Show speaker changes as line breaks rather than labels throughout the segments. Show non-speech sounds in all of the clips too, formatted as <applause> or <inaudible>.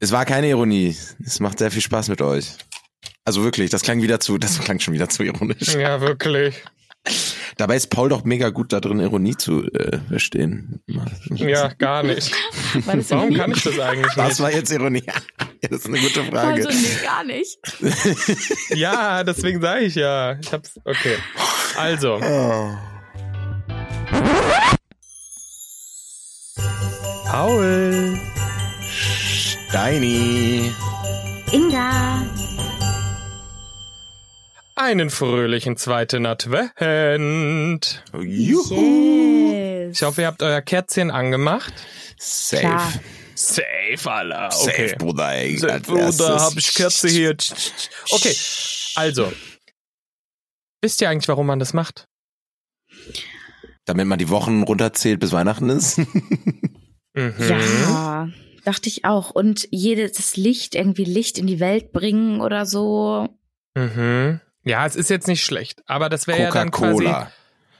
Es war keine Ironie. Es macht sehr viel Spaß mit euch. Also wirklich, das klang wieder zu, das klang schon wieder zu ironisch.
Ja, wirklich.
Dabei ist Paul doch mega gut da drin, Ironie zu äh, verstehen.
Ja, gar nicht.
War das
Warum
Ironie?
kann ich das eigentlich
Was
nicht?
war jetzt Ironie? <laughs> Ja, das ist eine gute
Also,
Frage.
nee, gar nicht.
Ja, deswegen sage ich ja. Ich hab's. Okay. Also. Paul.
Steini.
Inga.
Einen fröhlichen zweiten Advent.
Juhu.
Ich hoffe, ihr habt euer Kerzchen angemacht.
Safe.
Klar.
Safe, Alter.
Safe, Bruder. ey. Als erstes.
Oder habe ich Kerze hier? Tsch, tsch, tsch. Okay, also. Wisst ihr eigentlich, warum man das macht?
Damit man die Wochen runterzählt, bis Weihnachten ist.
Mhm.
Ja, dachte ich auch. Und jedes Licht, irgendwie Licht in die Welt bringen oder so.
Mhm. Ja, es ist jetzt nicht schlecht, aber das wäre ja dann quasi.
Coca-Cola.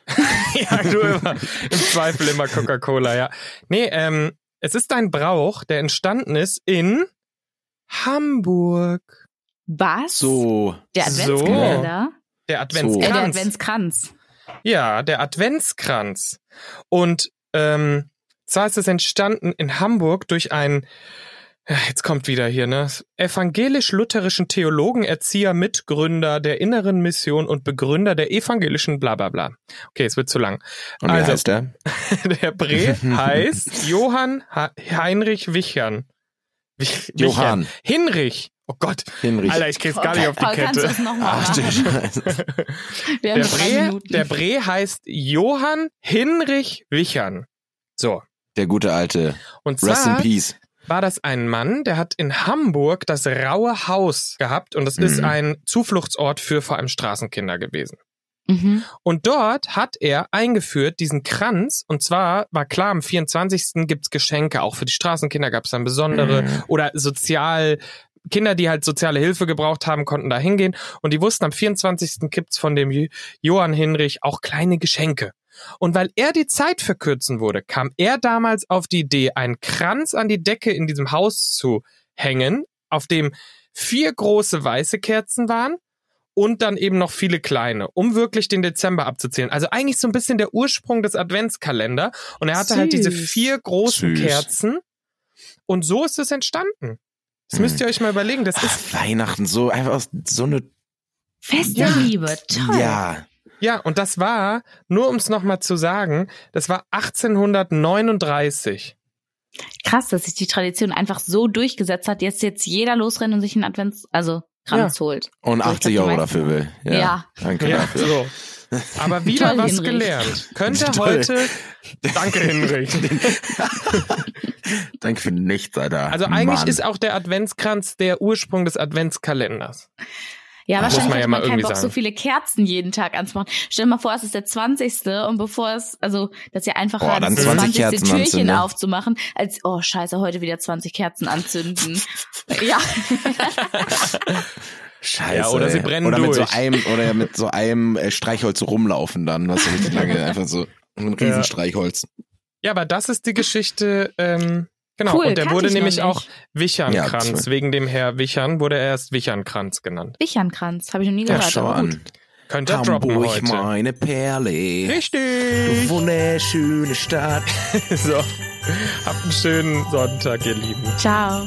<laughs> Ja, du immer. Im Zweifel immer Coca-Cola, ja. Nee, ähm, es ist ein Brauch, der entstanden ist in Hamburg.
Was?
So.
Der
So. Der
Adventskalender? Äh, der
Adventskranz.
Adventskranz.
Ja, der Adventskranz. Und ähm, zwar ist es entstanden in Hamburg durch einen, ja, jetzt kommt wieder hier, ne? Evangelisch-lutherischen Theologen, Erzieher, Mitgründer der inneren Mission und Begründer der evangelischen bla bla bla. Okay, es wird zu lang.
Und wie
Also-
heißt der?
<laughs> Der Bre heißt Johann ha Heinrich Wichern. Wich
Johann.
Wichern. Hinrich. Oh Gott,
Hinrich.
Alter, ich krieg's gar nicht auf die
Paul, kannst du
Kette.
das nochmal
Ach, du
<laughs>
machen?
Scheiße.
Wir haben
Der
noch drei
Bre,
Minuten.
der Bre heißt Johann Hinrich Wichern. So.
Der gute alte.
Und
Rest in
zwar
Peace.
war das ein Mann, der hat in Hamburg das Raue Haus gehabt und das ist
Mhm.
ein Zufluchtsort für vor allem Straßenkinder gewesen.
mhm.
Und dort hat er eingeführt diesen Kranz und zwar war klar, am 24. gibt's Geschenke, auch für die Straßenkinder gab's dann
Mhm.
besondere oder sozial Kinder, die halt soziale Hilfe gebraucht haben, konnten da hingehen und die wussten, am 24. gibt's von dem Jo- Johann Hinrich auch kleine Geschenke. Und weil er die Zeit verkürzen wurde, kam er damals auf die Idee, einen Kranz an die Decke in diesem Haus zu hängen, auf dem vier große weiße Kerzen waren und dann eben noch viele kleine, um wirklich den Dezember abzuzählen. Also eigentlich so ein bisschen der Ursprung des Adventskalender und er hatte halt diese
Süß.
vier großen
Süß.
Kerzen und so ist es entstanden. Das müsst
Hm.
ihr euch mal überlegen. Das ist
Ach, Weihnachten, so einfach so eine.
Fest der
Ja.
Liebe. Toll.
Ja.
ja und das war nur um es noch mal zu sagen, das war 1839.
Krass, dass sich die Tradition einfach so durchgesetzt hat, jetzt jetzt jeder losrennt und sich einen Advents, also Kranz holt.
Und
glaub,
80
die
Euro
meisten-
dafür will. Ja.
Ja.
Danke
ja,
dafür.
so.
<laughs>
Aber wieder
Genau. Toll,
was
Hinrich.
gelernt. Könnte
Toll.
<laughs>
heute Danke Hinrich.
Danke für nichts, Alter.
Also eigentlich
Mann.
ist auch der Adventskranz der Ursprung des Adventskalenders.
Ja,
Muss
wahrscheinlich
man ja
hat
mal
man keinen
irgendwie
Bock, so
sagen.
viele Kerzen jeden Tag anzumachen. Stell dir mal vor, es ist der 20. und bevor es, also das ist ja einfacher,
Boah, dann
das
20
20.
Kerzen
Türchen
anzünden. ne?
aufzumachen, als oh scheiße, heute wieder 20
<laughs>
Kerzen anzünden. ja,
Scheiße.
Ja, oder sie
ey.
brennen
oder Mit
durch.
so einem, oder mit so einem äh, Streichholz so rumlaufen dann, was richtig lange einfach so ein Riesenstreichholz.
Ja, aber das ist die Geschichte. Ähm, genau.
Cool,
und der
kannte
wurde
ich noch
nämlich
nicht.
auch
Ja,
Wichernkranz.
das war-
Wegen dem Herr Wichern wurde er erst Wichernkranz genannt.
Wichernkranz, habe ich noch nie
Ja,
gehört.
schau
aber gut.
an.
Könnt ihr droppen
Hamburg,
heute.
meine Perle.
Richtig.
Du wunderschöne Stadt.
<laughs> So. Habt einen schönen Sonntag, ihr Lieben.
Ciao.